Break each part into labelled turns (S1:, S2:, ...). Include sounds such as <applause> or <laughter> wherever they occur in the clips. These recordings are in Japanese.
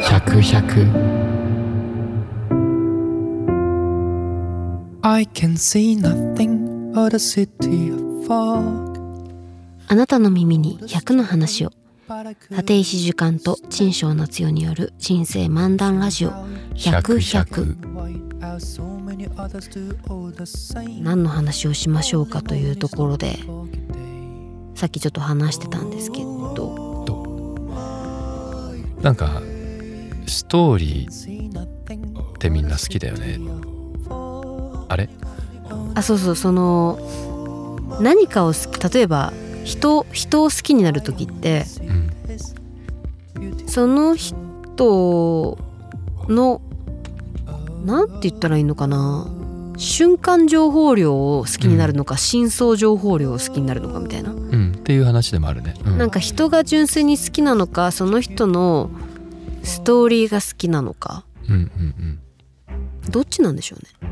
S1: 10010
S2: I can see nothing but a city of fog.
S3: あなたの耳に100の話を
S2: But I could
S3: 立石樹館と陳章夏代による人生漫談ラジオ100100
S2: white out so many others do all the same.
S3: 何の話をしましょうかというところでさっきちょっと話してたんですけど
S1: なんかストーリー
S2: See nothing
S1: ってみんな好きだよねあれ
S3: あそうそうその何かを好き例えば人人を好きになる時って
S1: うん
S3: その人のなんて言ったらいいのかな瞬間情報量を好きになるのか、真相情報量を好きになるのかみたいな、
S1: うんっていう話でもあるね、うん、
S3: なんか人が純粋に好きなのかその人のストーリーが好きなのか
S1: うんうんうん
S3: どっちなんでしょうね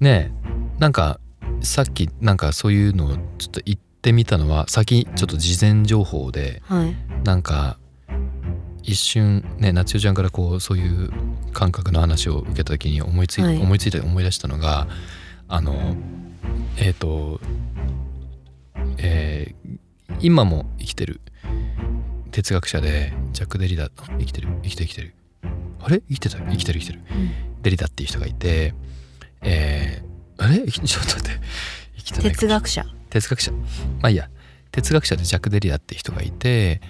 S1: ねえなんかさっきなんかそういうのをちょっと言ってみたのは先ちょっと事前情報で
S3: はい
S1: なんか一瞬ね夏代ちゃんからこうそういう感覚の話を受けた時に思いつい,、
S3: はい
S1: 思いついて思い出したのがあのえっ、とえー今も生きてる哲学者でジャック・デリダあ生きてる生きてる生きてるあれ生きてた生きてる生きてる、デリダっていう人がいてえーあれ生きちょっと待って生きてないかもし
S3: 哲
S1: れない
S3: 学者
S1: 哲学者まあいいや哲学者でジャック・デリアって人がいて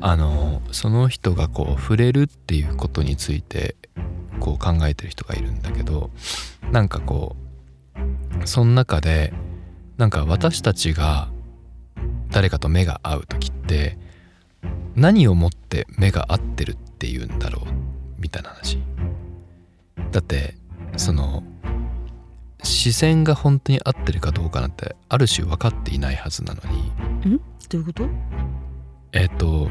S1: あのその人がこう触れるっていうことについてこう考えてる人がいるんだけどなんかこうその中でなんか私たちが誰かと目が合う時って何をもって目が合ってるっていうんだろうみたいな話だってその視線が本当に合ってるかどうかなんてある種分かっていないはずなのに
S3: んどういうこと
S1: えっ、と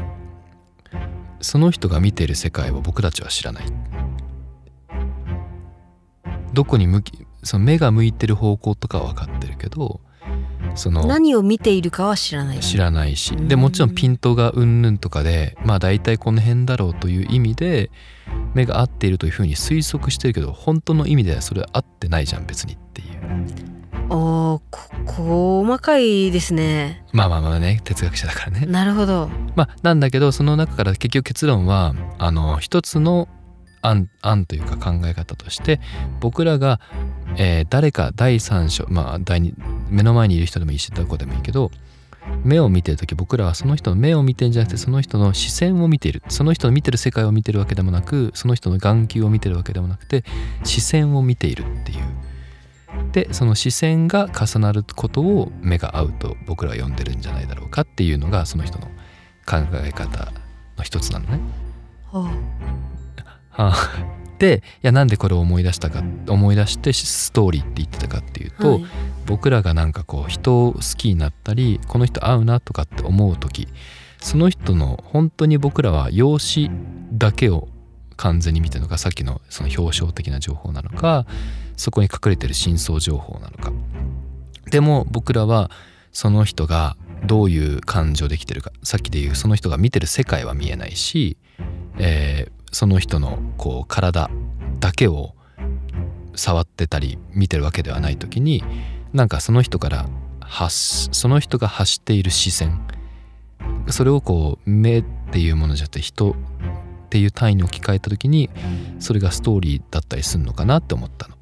S1: その人が見ている世界を僕たちは知らないどこに向きその目が向いてる方向とかは分かってるけどその
S3: 何を見ているかは知らない
S1: 知らないし
S3: うん
S1: でもちろんピントがうんぬんとかでまあ大体この辺だろうという意味で目が合っているというふうに推測してるけど本当の意味ではそれは合ってないじゃん別にっていう
S3: おーこ細かいですね
S1: まあまあまあね哲学者だからね
S3: なるほど
S1: まあ、なんだけどその中から結局結論はあの一つの案案というか考え方として僕らが、えー誰か第三者まあ第二目の前にいる人でもいいしどこでもいいけど目を見てる時僕らはその人の目を見てるんじゃなくてその人の視線を見ているその人の見てる世界を見てるわけでもなくその人の眼球を見てるわけでもなくて視線を見ているっていう。でその視線が重なることを目が合うと僕らは呼んでるんじゃないだろうかっていうのがその人の考え方の一つなのね。
S3: おー
S1: はあでいやなんでこれを思い出したか思い出してストーリーって言ってたかっていうと、
S3: はい
S1: 僕らがなんかこう人を好きになったりこの人合うなとかって思う時その人の本当に僕らは容姿だけを完全に見てるのかさっきのその表彰的な情報なのかそこに隠れてる真相情報なのかでも僕らはその人がどういう感情できてるかさっきで言うその人が見てる世界は見えないし、えーその人のこう体だけを触ってたり見てるわけではない時になんかその人から発しその人が発している視線それをこう目っていうものじゃなくて人っていう単位に置き換えた時にそれがストーリーだったりするのかなって思ったの。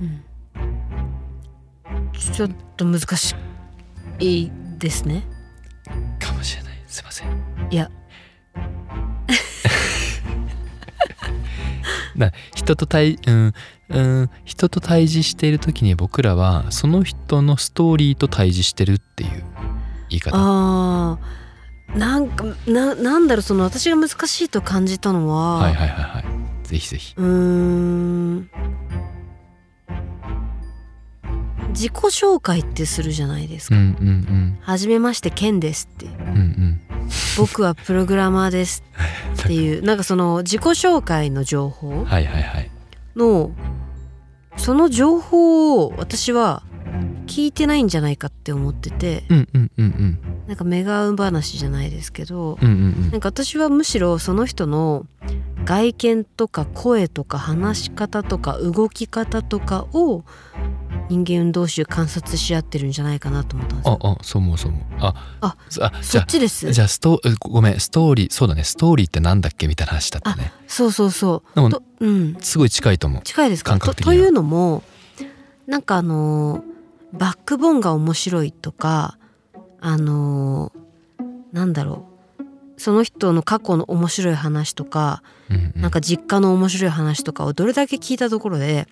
S3: うんちょっと難しいですね
S1: かもしれないすいません。<laughs>
S3: いや
S1: な人と対うんうん人と対峙している時に僕らはその人のストーリーと対峙してるっていう言い方。
S3: あーなんかななんだろうその私が難しいと感じたのは、
S1: はいはいはいはい。ぜひぜひ。
S3: うーん自己紹介ってするじゃないです
S1: う
S3: か。
S1: んうん
S3: はじめましてケンですって
S1: うんうんうん。
S3: 僕はプログラマーですっていうなんかその自己紹介の情報
S1: はいはいはい。
S3: のその情報を私は聞いてないんじゃないかって思ってて
S1: うんうんうんうん。
S3: なんかメガウン話じゃないですけど、
S1: うんうんう
S3: なんんか私はむしろその人の外見とか声とか話し方とか動き方とかを人間同士観察し合ってるんじゃないかなと思ったんです
S1: あ
S3: よ。
S1: あそう思うそう思うあ
S3: あ
S1: そあじ
S3: そ
S1: ゃ
S3: っちです
S1: あじ。ゃあストえごめんストーリーそうだねストーリーってなんだっけみたいな話だったね
S3: そうそうそ
S1: でも
S3: う。とうん、
S1: すごい近いと思う
S3: 近いですか
S1: 感覚
S3: と
S1: 的
S3: と
S1: には
S3: いうのもなんかあのーバックボーンが面白いとかあのーなんだろうその人の過去の面白い話とか、
S1: うんうん
S3: なんか実家の面白い話とかをどれだけ聞いたところで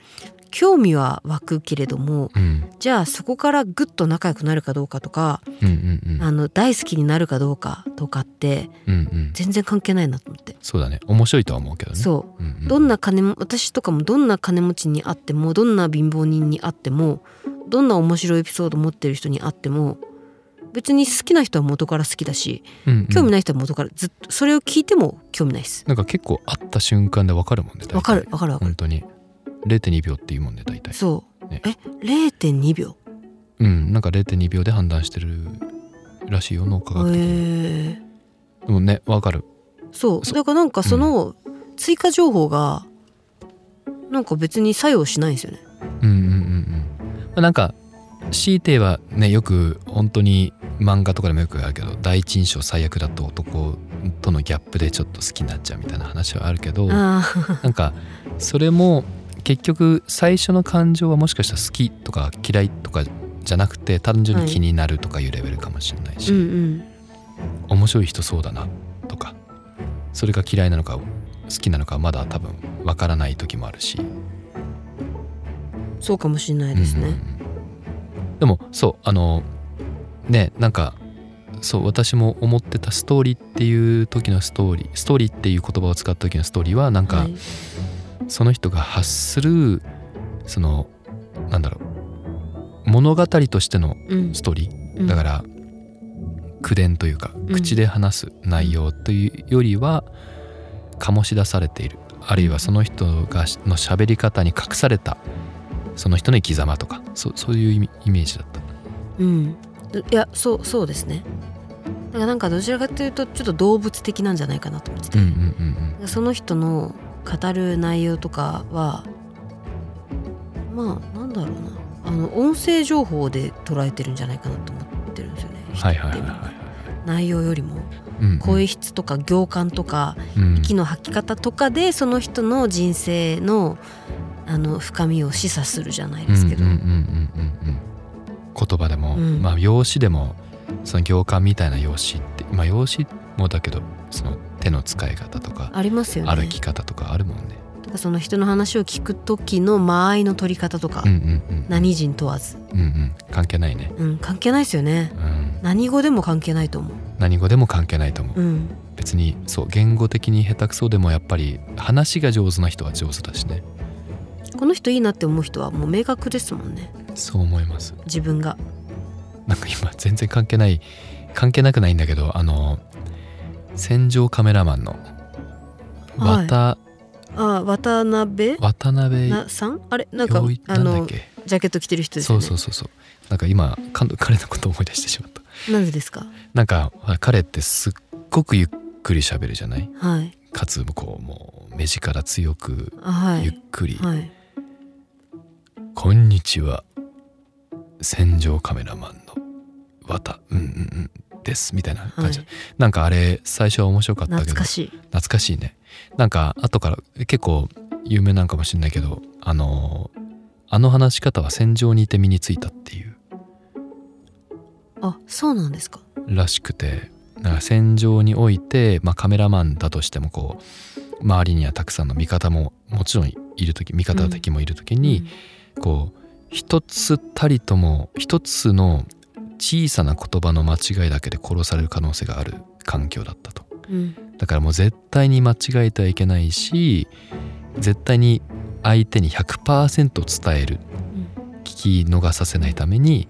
S3: 興味は湧くけれども
S1: うん
S3: じゃあそこからぐっと仲良くなるかどうかとか、
S1: うんうんうん
S3: あの大好きになるかどうかとかって
S1: うんうん
S3: 全然関係ないなと思って。
S1: そうだね面白いとは思うけどね
S3: そう
S1: うんうん
S3: どんな金も私とかもどんな金持ちにあってもどんな貧乏人にあってもどんな面白いエピソード持ってる人にあっても別に好きな人は元から好きだし
S1: うんうん
S3: 興味ない人は元からずっとそれを聞いても興味ないです。
S1: なんか結構会った瞬間でわかるもんね大体
S3: わかるわかるわかる。
S1: 本当に0.2秒っていうもんね大体
S3: そう。
S1: ね
S3: え0.2秒。
S1: うんなんか0.2秒で判断してるらしいよ脳科
S3: へ
S1: 学的に、
S3: え
S1: でもねわかる
S3: そう
S1: そ
S3: だからなんかその追加情報がなんか別に作用しないんですよね。
S1: うんうんうんうんまあなんか強いてはねよく本当に漫画とかでもよくあるけど第一印象最悪だと男とのギャップでちょっと好きになっちゃうみたいな話はあるけどな
S3: ああ
S1: んかそれも結局最初の感情はもしかしたら好きとか嫌いとかじゃなくて単純に気になるとかいうレベルかもしれないし、
S3: うんうん。
S1: 面白い人そうだなとかそれが嫌いなのか好きなのかまだ多分わからない時もあるし
S3: そうかもしれないです
S1: うん
S3: ね。
S1: うんうんでもそうあのねなんかそう私も思ってたストーリーっていう時のストーリーストーリーっていう言葉を使った時のストーリーはなんか、
S3: はい
S1: その人が発するそのなんだろう物語としての
S3: うん
S1: ストーリー、
S3: うん
S1: だから口伝というか
S3: ん
S1: 口で話す内容というよりは醸し出されているあるいはその人がしの喋り方に隠されたその人の生き様とかそそういうイメイメージだった。
S3: うん、いやそうそうですねだからなんかどちらかというとちょっと動物的なんじゃないかなと思ってて、
S1: うんうんうん
S3: その人の語る内容とかはまあなんだろうなあの音声情報で捉えてるんじゃないかなと思ってるんですよね、
S1: うん、はいはいはい
S3: 人って
S1: は
S3: 内容よりも
S1: い。うんうん
S3: 声質とか行間とか
S1: うん
S3: 息の吐き方とかでその人の人生のあの深みを示唆するじゃないですけど、
S1: うんうんうんうんうんうん言葉でも、
S3: うん
S1: まあ用紙でもその行間みたいな用紙ってまあ用紙もだけどその手の使い方とか
S3: ありますよね
S1: 歩き方とかあるもんね。
S3: なんかその人の話を聞く時の間合いの取り方とか、
S1: うんうんうん、
S3: 何人問わず、
S1: うんうん、関係ないね、
S3: うん、関係ないですよね
S1: うん、
S3: 何語でも関係ないと思
S1: 何語でも関係ないと思う、
S3: う、うん、
S1: 別にそう言語的に下手くそでもやっぱり話が上手な人は上手だしね
S3: この人いいなって思う人はもう明確ですもんね
S1: そう思います
S3: 自分が
S1: なんか今全然関係ない関係なくないんだけどあの戦場カメラマンの
S3: はい
S1: 渡,、
S3: あ渡辺
S1: 渡辺
S3: なさんあれなんか
S1: 陽一
S3: あ
S1: なんだっ
S3: の
S1: け、
S3: ジャケット着てる人です
S1: そ
S3: よ
S1: う
S3: ね
S1: そうそうそうなんか今かん彼のことを思い出してしまった
S3: なんでですか
S1: なんかほら彼ってすっごくゆっくり喋るじゃない
S3: はい
S1: かつこうもう目力強く
S3: あは
S1: ゆっ
S3: い
S1: くり、
S3: はい
S1: こんにちは戦場カメラマンの綿うんうんうんですみたいな感じ、
S3: はい
S1: なんかあれ最初は面白かったけど
S3: 懐かしい
S1: 懐かしいねなんか後から結構有名なんかもしれないけどあのーあの話し方は戦場にいて身についたっていう
S3: あそうなんですから
S1: しくてなんか戦場において、まあ、カメラマンだとしてもこう周りにはたくさんの味方ももちろんいる時味方敵もいる時に、こう一つたりとも一つの小さな言葉の間違いだけで殺される可能性がある環境だったと
S3: うん、うん
S1: だからもう絶対に間違えてはいけないし絶対に相手に100%伝える聞き逃させないために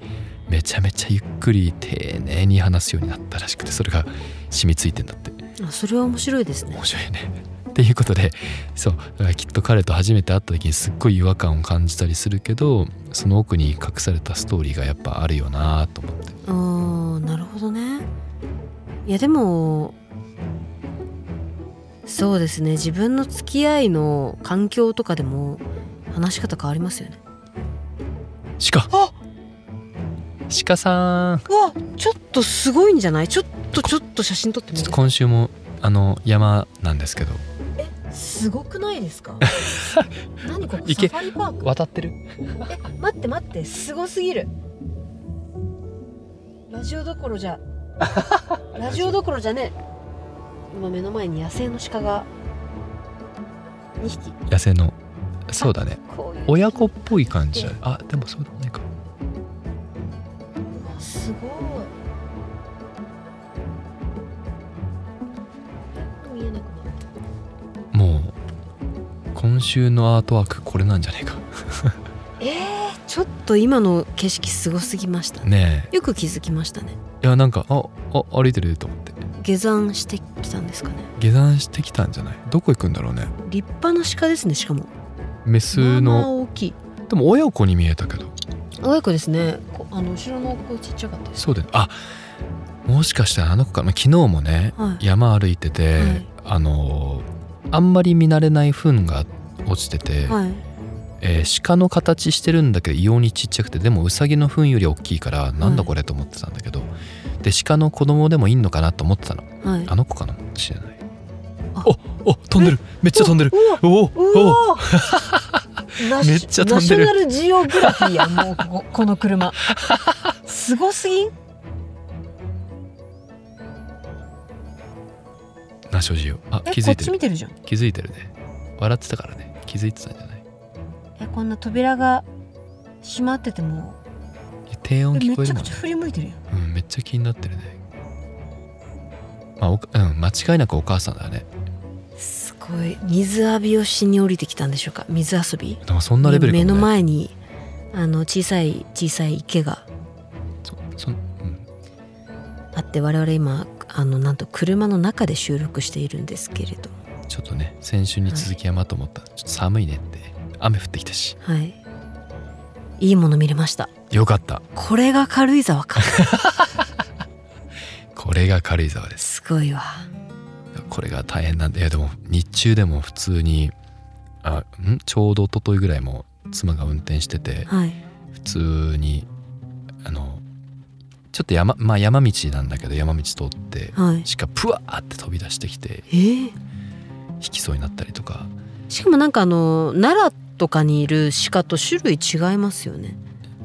S1: めちゃめちゃゆっくり丁寧に話すようになったらしくてそれが染みついてんだって
S3: うんあそれは面白いですね
S1: 面白いねっていうことでそうだからきっと彼と初めて会った時にすっごい違和感を感じたりするけどその奥に隠されたストーリーがやっぱあるよなと思って
S3: あーなるほどねいやでもそうですね自分の付き合いの環境とかでも話し方変わりますよね
S1: 鹿
S3: あ
S1: 鹿さん
S3: うわちょっとすごいんじゃないちょっとちょっと写真撮って
S1: ちょっと今週もあの山なんですけど
S3: すごくないで
S1: <laughs>
S3: すか何ここ
S1: いけ
S3: サファリパーク
S1: 渡ってる
S3: 待って待ってすごすぎるラジオどころじ <laughs> ゃラジオどころじゃねえ今目の前に野生の鹿が2匹
S1: 野生のそうだね
S3: こういう
S1: 親子っぽい感じだあでもそうでもないか
S3: うわすごい見えなくなる
S1: もう今週のアートワークこれなんじゃねえか
S3: えー、ちょっと今の景色すごすぎましたね
S1: ね
S3: よく気づきましたね
S1: えいやなんかああ歩いてると思って
S3: 下山してきたんですかね
S1: 下山してきたんじゃないどこ行くんだろうね
S3: 立派な鹿ですねしかも
S1: メス
S3: まあまあ
S1: の
S3: 大きい
S1: でも親子に見えたけど
S3: 親子ですねこあの後ろの子ちっちゃかったです
S1: そうだよねあもしかしたらあの子か、まあ、昨日もね
S3: はい
S1: 山歩いてて、
S3: はい
S1: あのーあんまり見慣れない糞が落ちてて、
S3: はい
S1: えー鹿の形してるんだけど異様にちっちゃくてでもウサギの糞より大きいからなんだこれと思ってたんだけど、で鹿の子供でもいんのかなと思ってたの
S3: はい
S1: あの子かなもしれない
S3: あ
S1: おお飛んでるめっちゃ飛んでる
S3: うわ
S1: おお
S3: う
S1: お
S3: わ <laughs> ナシ
S1: めっちゃ飛んでる
S3: ナショナルジオグラフィーやんもうこここの
S1: <laughs>
S3: 車すごすぎん
S1: ナショジオあ
S3: え
S1: 気づ
S3: こっ
S1: いて
S3: ち
S1: る
S3: 見てるじゃん
S1: 気づいてるね笑ってたからね気づいてたんじゃない
S3: えこんな扉が閉まってても
S1: いや低音
S3: え
S1: 聞
S3: め
S1: こえ
S3: ち
S1: る
S3: ゃ
S1: もん
S3: くち
S1: ね
S3: ゃ振り向いてるやん
S1: うんめっちゃ気になってるねまあおかうん間違いなくお母さんだね
S3: すごい水浴びをしに降りてきたんでしょうか水遊び
S1: でもそんなレベルかも
S3: 目
S1: ね
S3: の前にあの小さい小さい池が
S1: そそうん
S3: あって我々今あのなんと車の中で収録しているんですけれども
S1: ちょっとね先週に続き山と思った、ちょっと寒いねって雨降ってきたし
S3: はいいいもの見れました
S1: よかった
S3: これが軽井沢
S1: <laughs>
S3: か
S1: これが軽井沢です
S3: すごいわ
S1: これが大変なんでいやでも日中でも普通にあんちょうど一昨日ぐらいも妻が運転してて
S3: はい
S1: 普通にあのちょっと山まあ山道なんだけど山道通って
S3: はい
S1: しかプワーって飛び出してきて
S3: えー、
S1: 引きそうになったりとか
S3: しかもなんかあの奈良とかにいる鹿と種類違いますよね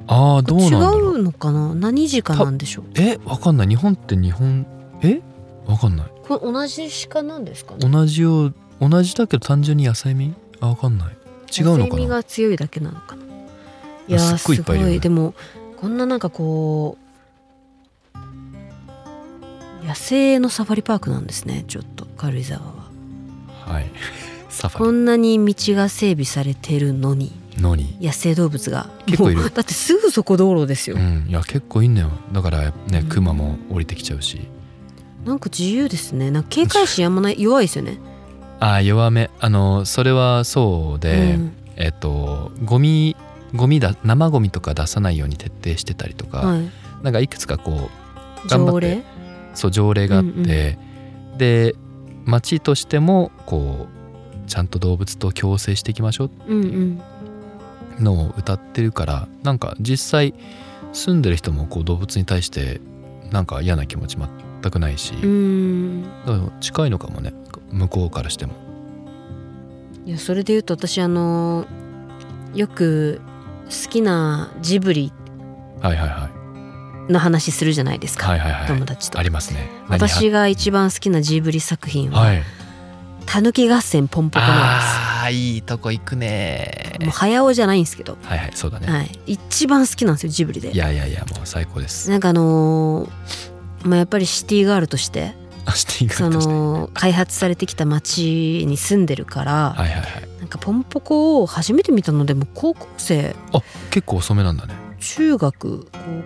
S1: ああどうなん
S3: 違
S1: だろう
S3: うのかな何鹿なんでしょう
S1: えわかんない日本って日本えわかんない
S3: これ同じ鹿なんですかね
S1: 同じよう同じだけど単純に野菜味あわかんない違うの
S3: 野
S1: か
S3: 生味
S1: な
S3: が強いだけなのかな。いやー
S1: すっごいいっぱいいるよね
S3: すごでもこんななんかこう野生のサファリパークなんですねちょっと軽井沢は。
S1: はい <laughs> サフ
S3: こ
S1: ァ
S3: んなに道が整備されてるのに
S1: リのに
S3: 野生動物が
S1: 結構いる
S3: もうだってすぐそこ道路ですよ、
S1: うんいや結構いんのよだからね
S3: うん
S1: クマも降りてきちゃうし
S3: なんか自由ですねなんか警戒心あんまない弱いですよね、
S1: あー弱めあのそれはそうで、
S3: うん
S1: えっとゴミゴミだ生ゴミとか出さないように徹底してたりとか、
S3: はい、
S1: なんかいくつかこう頑張
S3: 条
S1: っ
S3: 例
S1: てそう条例があって、
S3: うんうん
S1: で町としてもこうちゃんと動物と共生していきましょう
S3: うんうん
S1: のを歌ってるからなんか実際住んでる人もこう動物に対してなんか嫌な気持ち全くないし、
S3: うーん
S1: だから近いのかもね向こうからしても
S3: いやそれで言うと私あのよく好きなジブリ
S1: はいはいはい
S3: の話するじゃないですか、
S1: はいはいはい
S3: 友達と
S1: ありますね
S3: 私が一番好きなジブリ作品は
S1: はい
S3: 「たぬき合戦ポンポコ」なん
S1: あーいいとこ行くね
S3: ですもう早尾じゃないんですけど、
S1: はいはいそうだね、
S3: はい、一番好きなんですよジブリで
S1: い、やいやいやもう最高です
S3: なんかあのーまあ、やっぱりシティガールとして
S1: シティガ
S3: そ
S1: ールとして
S3: の開発されてきた街に住んでるから、
S1: はいはいはい
S3: なんかポンポコを初めて見たのでも高校生
S1: あ結構遅めなんだね
S3: 中学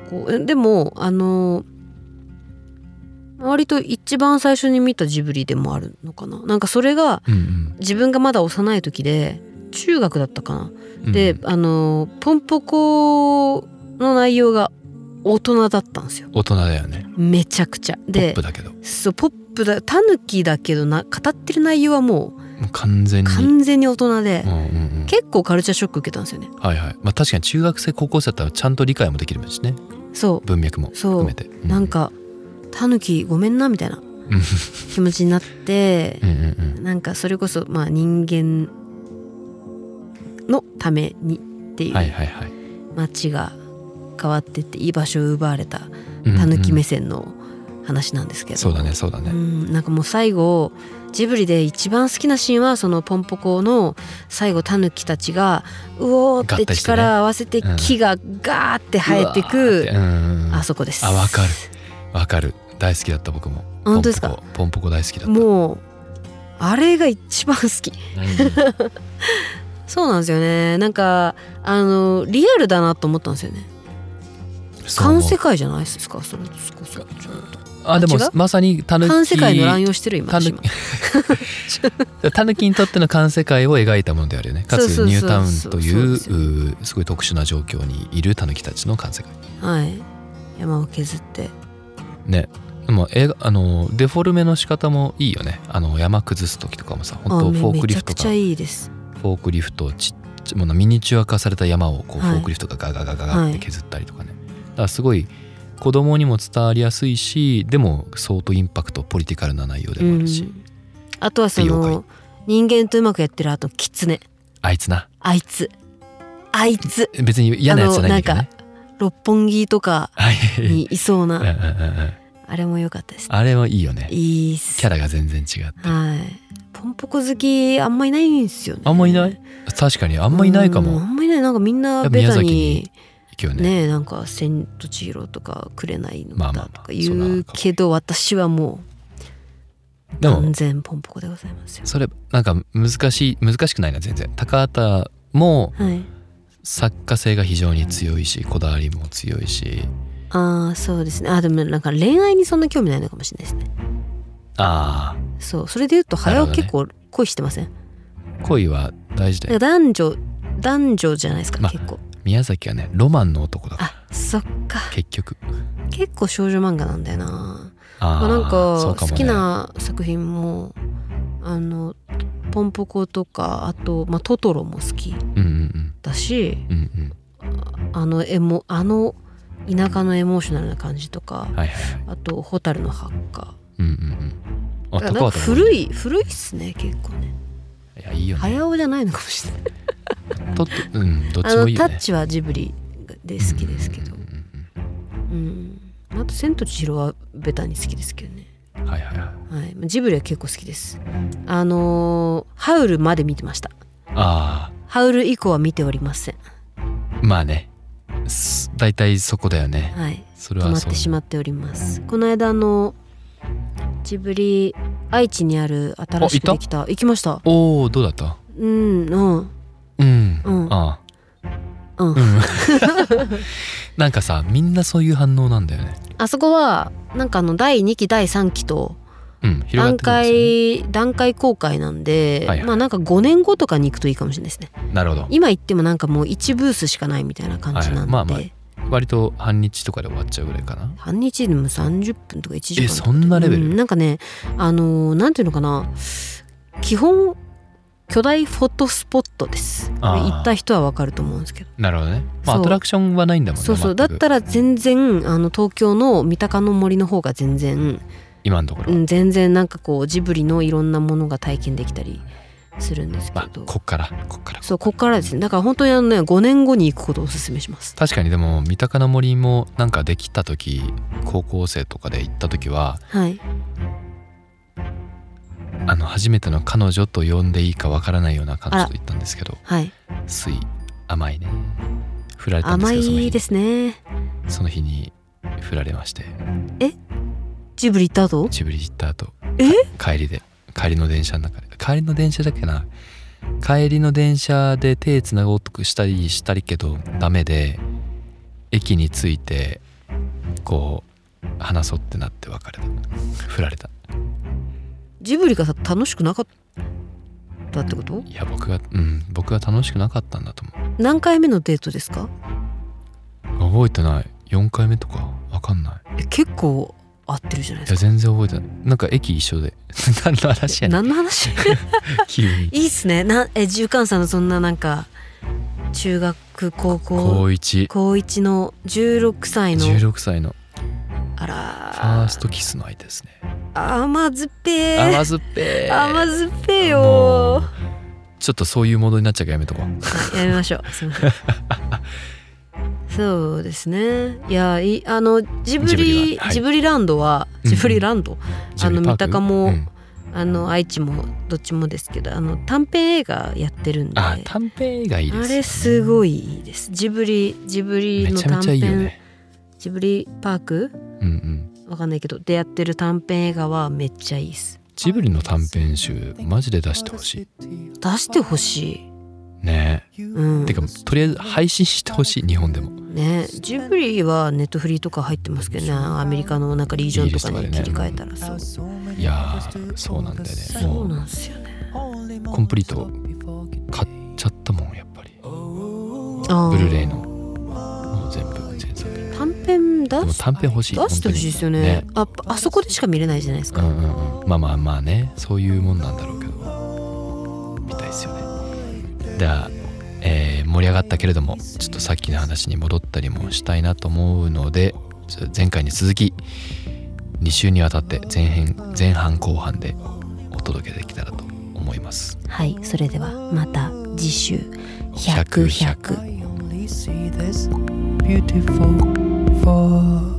S3: 高校えでもあのー割と一番最初に見たジブリでもあるのかななんかそれが
S1: うん
S3: 自分がまだ幼い時で中学だったかな、
S1: うん、
S3: で
S1: うん
S3: あのポンポコの内容が大人だったんですよ
S1: 大人だよね
S3: めちゃくちゃ
S1: ポッ
S3: で
S1: プだけども
S3: そうポップだタヌキだけどな語ってる内容はもう
S1: う完全に
S3: 完全に大人で
S1: うんうんうん、
S3: 結構カルチャーショック受けたんですよね
S1: はいはいまあ確かに中学生高校生だったらちゃんと理解もできるしね
S3: そ
S1: 文脈も
S3: そう
S1: 含めてう
S3: うなんかタヌキごめんなみたいな気持ちになって
S1: うんうんうん
S3: なんかそれこそまあ人間のためにってい
S1: はいうはいはい
S3: 街が変わってって居場所を奪われた
S1: うんうん
S3: たぬき目線の話なんですけど、
S1: そうだねそうだ
S3: う
S1: ね
S3: ん、なんかもう最後ジブリで一番好きなシーンはそのポンポコの最後タヌキたちがうおーっ
S1: 合
S3: て
S1: 体してね
S3: 力合わせて
S1: うん
S3: 木がガーって生えて
S1: うわーっ
S3: く、
S1: てうん
S3: あそこです
S1: あわかるわかる大好きだった僕も
S3: 本当ですか
S1: ポンポコポンポコ大好きだった
S3: もうあれが一番好き <laughs>
S1: うん
S3: そうなんですよねなんかあのリアルだなと思ったんですよね
S1: そう思
S3: 観
S1: う
S3: 世界じゃないですかそれこそちょっと
S1: あでも
S3: 違う
S1: まさにたぬき
S3: 観世界の乱用してる今
S1: たぬ
S3: 私今
S1: たぬきにとっての観世界を描いたものであるよねか
S3: そ
S1: つ
S3: うそうそう
S1: ニュータウンとい
S3: そう
S1: う
S3: ですよ
S1: うーすごい特殊な状況にいるたぬきたちの観世界
S3: はい山を削って
S1: ねでも映画あのデフォルメの仕方もいいよねあの山崩す時とかもさ
S3: あ
S1: 本当
S3: め
S1: フォークリフト
S3: めちゃく
S1: が
S3: ちゃいいです
S1: フォークリフトをちっちゃもうミニチュア化された山をこうフ
S3: はい
S1: ォークリフトがガガガガガって削ったりとかね、だからすごい子供にも伝わりやすいしでも相当インパクトポリティカルな内容でもあるし、
S3: うん、あとはそ
S1: 妖怪
S3: の人間とうまくやってるあとキツネ
S1: あいつな
S3: あいつあいつ
S1: 別に嫌なやつじゃないんだけどね
S3: 六本木とか
S1: はい
S3: にいそう
S1: うんうん
S3: な
S1: うんうん
S3: あれも良かったです
S1: あれはいいよね
S3: いいっす
S1: キャラが全然違う
S3: はいポンポコ好きあんまいないんですよね
S1: あんまいない確かにあんまいないか
S3: う
S1: も
S3: んあんまいないなんかみんなベ
S1: 宮
S3: タ
S1: 崎
S3: に
S1: に今日ね
S3: ねなんか「千と千尋」とか「紅の
S1: まあまあま
S3: 歌」
S1: あ
S3: とか言うけど私はもう
S1: でも
S3: 完全ポンポコでございますよ
S1: それなんか難しい難しくないな全然高畑も
S3: はい
S1: 作家性が非常に強いしこだわりも強いし
S3: ああそうですねあでもなんか恋愛にそんな興味ないのかもしれないですね
S1: あ
S3: そうそれで言うと早尾
S1: なる
S3: 結
S1: ほ
S3: 構恋してません、
S1: あ恋は大事だ
S3: な
S1: よ
S3: んか男女男女じゃないですか、
S1: まあ
S3: 結構
S1: 宮崎はねロマンの男だから
S3: あそっか
S1: 結局
S3: 結構少女漫画なんだよな
S1: あ
S3: まあ
S1: あ
S3: なん
S1: そうか
S3: か
S1: も
S3: 好
S1: ね
S3: きな作品もあのポンポコとかあと、まあ、トトロも好き
S1: うんうん
S3: だし
S1: うんうん
S3: あのエモあの田舎のエモーショナルな感じとか
S1: うんはいはいはい
S3: あと「蛍のハッカ
S1: うんうんうんあ
S3: ー」なん
S1: 高
S3: か
S1: 畑もね
S3: 古い古いっすね結構ね
S1: いやいいよね
S3: 早尾じゃないのかもしれない
S1: とってうんどっ
S3: あ
S1: ちも
S3: の
S1: いい
S3: タ
S1: よ
S3: ッ
S1: ね
S3: チはジブリで好きですけど
S1: うんうんうん
S3: うんあと「千と千尋」はベタに好きですけどね
S1: うんはいはいはい
S3: はいジブリは結構好きですあのーハウル」まで見てました
S1: あ
S3: ハウル以降は見ておりません
S1: あまあねす大体そこだよね
S3: はい
S1: それ
S3: 止
S1: は
S3: まっ
S1: そう
S3: てしまっておりますこの間あのジブリ愛知にある新しく
S1: あ行
S3: で
S1: った
S3: きた行きました
S1: おおどうだった
S3: うんうん
S1: うん、
S3: うん
S1: ああ
S3: うん
S1: んなんかさみんなそういう反応なんだよね
S3: あそこはなんかあの第2期第3期と
S1: うん広がっ
S3: 段
S1: てくるんですよね
S3: 階、段階公開なんで、
S1: はいはい
S3: まあなんか5年後とかに行くといいかもしれないですね
S1: なるほど
S3: 今行ってもなんかもう1ブースしかないみたいな感じなんで、
S1: はいはいまあま割と半日とかで終わっちゃうぐらいかな
S3: 半日でも30分とか1時間
S1: え
S3: とか
S1: そんなレベル
S3: うんなんかねあのーなんていうのかな基本巨大フォトスポットですこれ
S1: あー
S3: 行った人はわかると思うんですけど
S1: なるほどねまあ
S3: そう
S1: アトラクションはないんだもんね
S3: そうそうだ
S1: 全
S3: っ
S1: く
S3: たら全然あの東京の三鷹の森の方が全然
S1: 今のところ
S3: う
S1: は、
S3: ん、全然なんかこうジブリのいろんなものが体験できたりするんですけ
S1: まあ
S3: ど、
S1: こっからこっから
S3: そうここからですねだから本当にあのね5年後に行くことをおすすめします
S1: 確かにでも三鷹の森もなんかできた時高校生とかで行った時は
S3: はい
S1: あの初めての彼女と呼んでいいかわからないような彼
S3: あら
S1: 女と行ったんですけど
S3: はい
S1: 水甘いね振られたんですけ
S3: 甘
S1: どその日
S3: い
S1: に
S3: ですね
S1: その日に振られまして
S3: ジブリ行った後
S1: ジブリ行った後
S3: え
S1: か帰りで帰りの電車の中で帰りの電車だっけな帰りの電車で手つなごうとしたりしたりけどダメで駅に着いてこう話そうってなって別れた振られた
S3: ジブリがさ楽しくなかったってこと
S1: いや僕がうん僕が楽しくなかったんだと
S3: 何回目のデートですか
S1: 思う覚えてない4回目とかわかんない
S3: え結構合ってるじゃない
S1: いや
S3: ですか
S1: 全然覚えてないなんか駅一緒で <laughs> 何の話やねん
S3: 何の話
S1: 急に
S3: <laughs> いいっすねなえ重貫さんのそんななんか中学
S1: 高
S3: 高校
S1: 1
S3: 高一の16歳の
S1: 16歳の
S3: あら
S1: ファーストキスの相手ですね
S3: 甘酸っぱい
S1: 甘酸っぺー
S3: 甘酸っぱい
S1: も
S3: よ
S1: うちょっとそういうモードになっちゃうからやめとこう
S3: はいやめましょうすいま
S1: <laughs>
S3: せんそうですねいやいあのジ
S1: ジブ
S3: ブリジブリ,、
S1: リははい
S3: ランドは
S1: うん
S3: ジブリランド、あの
S1: ジブリパーク
S3: 三鷹も
S1: うん
S3: あの愛知もどっちもですけどあの短編映画やってるんで
S1: あ短編映画いいです
S3: あれすごいいいですジブリジブリ
S1: め
S3: の
S1: ちゃめ
S3: 短
S1: ちゃいいよ
S3: 編、
S1: ね
S3: ジブリパーク
S1: うんうん
S3: わかんないけどでやってる短編映画はめっちゃいいです
S1: ジブリの短編集マジで出してほしい
S3: 出してほし
S1: ね
S2: い、
S3: うん
S1: えてかとりあえず配信してほしい日本でも
S3: いねジブリはネットフリーとか入ってますけどねアメリカのなんかリージョンとかに
S1: イギリ
S3: 切
S1: ス
S3: り
S1: とか
S3: 替
S1: で
S3: え
S1: ね
S3: たらそう
S1: いやーそうなんだよね
S3: そ
S1: も
S3: うなんですよね
S1: コンプリート買っちゃったもんやっぱり
S3: あ
S1: ブルーレ
S3: イ
S1: イのもう全部全作で
S3: 短編出
S1: も
S3: し
S1: 短編欲しい
S3: 出してほしいですよね
S1: 本
S3: ああそこでしか見れないじゃないです
S1: 当
S3: か、
S1: にねうんうんうんまあまあまあねそういうもんなんだろうけどみたいですよねでは、えー盛り上がったけれどもちょっとさっきの話に戻ったりもしたいなと思うのでちょっと前回に続き2週にわたって前編前半後半でお届けできたらと思います
S3: はいそれではまた次週
S1: 100
S3: 100
S1: 100
S3: 100
S2: I only see this beautiful for